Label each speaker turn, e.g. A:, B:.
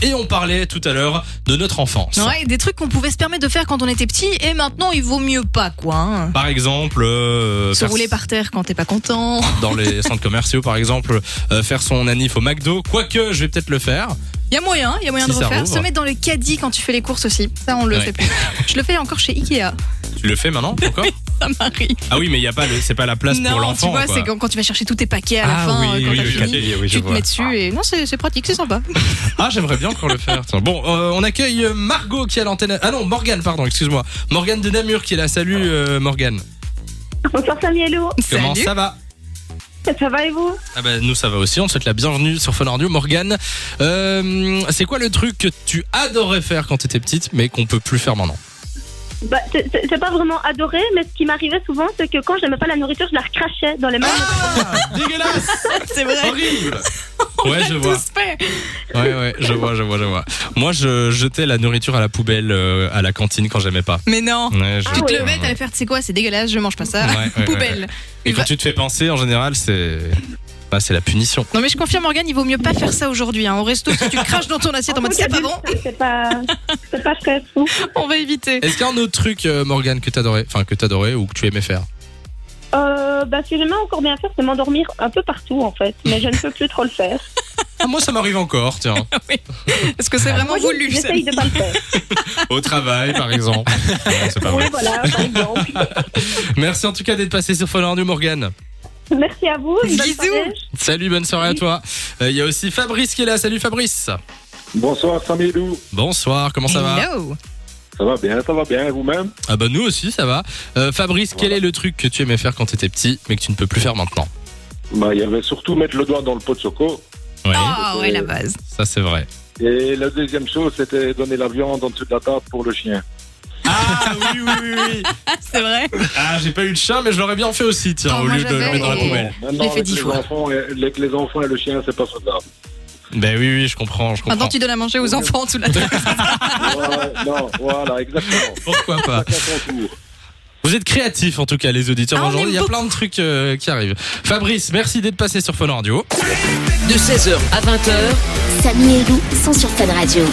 A: Et on parlait tout à l'heure de notre enfance.
B: Ouais, des trucs qu'on pouvait se permettre de faire quand on était petit et maintenant il vaut mieux pas quoi. hein.
A: Par exemple, euh,
B: Se
A: faire-
B: rouler par terre quand t'es pas content.
A: dans les centres commerciaux, par exemple, euh, faire son anif au McDo. Quoique, je vais peut-être le faire.
B: Y a moyen, y a moyen
A: Si
B: de
A: ça
B: refaire.
A: rouvre.
B: Se mettre dans le caddie quand tu fais les courses aussi. Ça on le
A: Ouais.
B: fait plus. Je le fais encore chez Ikea.
A: Tu le fais maintenant encore
B: Ça m'arrive.
A: Ah oui, mais il y a pas, le- c'est pas la place pour
B: Non, tu
A: l'enfant.
B: vois,
A: quoi.
B: c'est quand, quand tu vas chercher tous tes paquets à la
A: Ah
B: fin,
A: oui,
B: euh, quand
A: oui,
B: t'as
A: oui,
B: fini,
A: oui, oui, je
B: tu te
A: vois.
B: mets dessus et non, c'est c'est pratique, c'est sympa.
A: Ah, j'aimerais bien encore le faire. tiens. Bon, euh, on accueille euh, Margot qui est à l'antenne. Ah non, Morgane, pardon, excuse-moi. Morgane de Namur qui est là. Salut, euh, Morgane.
C: Bonsoir Samuelo,
A: Comment
B: Salut.
A: ça va
C: ça va et vous
A: Ah bah, nous, ça va aussi. On te souhaite la bienvenue sur Fun Radio. Morgane, euh, c'est quoi le truc que tu adorais faire quand t'étais petite, mais qu'on peut plus faire maintenant
C: bah, c'est- C'est c'est pas vraiment adoré, mais ce qui m'arrivait souvent, c'est que quand j'aimais pas la nourriture, je la recrachais dans les mains.
B: Ah,
A: Dégueulasse
B: c'est vrai.
A: Horrible Ouais, je vois.
B: Tous fait.
A: Ouais, ouais, je vois, je vois, je vois. Moi, je jetais la nourriture à la poubelle euh, à la cantine quand j'aimais pas.
B: Mais non.
A: Ouais, je-
B: Ah Tu te
C: ouais.
B: levais, t'allais faire, tu sais quoi, c'est dégueulasse, je mange pas ça.
A: Ouais, ouais, ouais,
B: Poubelle.
A: ouais. Et quand tu te fais penser, en général, c'est. Bah, c'est la punition.
B: Non mais je confirme Morgane, il vaut mieux pas faire ça aujourd'hui. Hein. Au resto, si tu craches dans ton assiette Ah, en mode c'est pas bon,
C: C'est pas, c'est pas très fou.
B: on va éviter.
A: Est-ce qu'il y a un autre truc, euh, Morgane, que t'adorais Enfin, que t'adorais ou que tu aimais faire
C: Euh, bah, ce que j'aimais encore bien faire, c'est m'endormir un peu partout en fait, mais je ne peux plus trop le faire.
A: Ah, Moi, ça m'arrive encore, tiens.
B: Est-ce que c'est vraiment
C: Ah. Moi,
B: voulu ça
C: J'essaye de pas le faire.
A: Au travail, par exemple. Non, c'est pas
B: Ah
C: Oui,
A: vrai.
C: voilà, par exemple.
A: Merci en tout cas d'être passé sur Follow Radio, Morgane.
C: Merci à vous. une bonne
B: Bisous.
C: soirée.
A: Salut, bonne soirée à toi. Euh, Il y a aussi Fabrice qui est là. Salut, Fabrice.
D: Bonsoir Samilou,
A: Bonsoir, comment ça va
B: Hello.
D: ça va bien, ça va bien, vous-même
A: Ah, bah, nous aussi, ça va. Euh, Fabrice, quel est le truc que tu aimais faire quand t'étais petit, mais que tu ne peux plus faire maintenant
D: Bah, Il y avait surtout mettre le doigt dans le pot de choco.
A: Oui,
B: Ah ouais, la base.
A: ça, c'est vrai.
D: Et la deuxième chose, c'était donner la viande en dessous de la table pour le chien.
A: Ah, oui, oui, oui, oui.
B: C'est vrai.
A: Ah, j'ai pas eu de chat, mais je l'aurais bien fait aussi, tiens,
B: Oh,
A: au
B: moi,
A: lieu de le
B: j'avais-
A: mettre dans la
B: Oh.
A: poubelle.
D: Maintenant,
B: l'ai fait
D: avec
B: dix
D: les,
B: fois.
D: enfants et, avec les enfants et le chien, c'est pas soutenable.
A: Ben oui, oui, je comprends, je comprends.
B: Maintenant, tu donnes à manger aux enfants sous la table.
D: Ouais, non, voilà, exactement.
A: Pourquoi pas
D: Chacun son tour.
A: Vous êtes créatifs en tout cas, les auditeurs.
B: Ah, on
A: Aujourd'hui,
B: aime
A: il y a
B: beaucoup.
A: plein de trucs euh, qui arrivent. Fabrice, merci d'être passé sur Fun Radio.
E: De 16h à 20h,
F: Samy et Lou sont sur Fun Radio.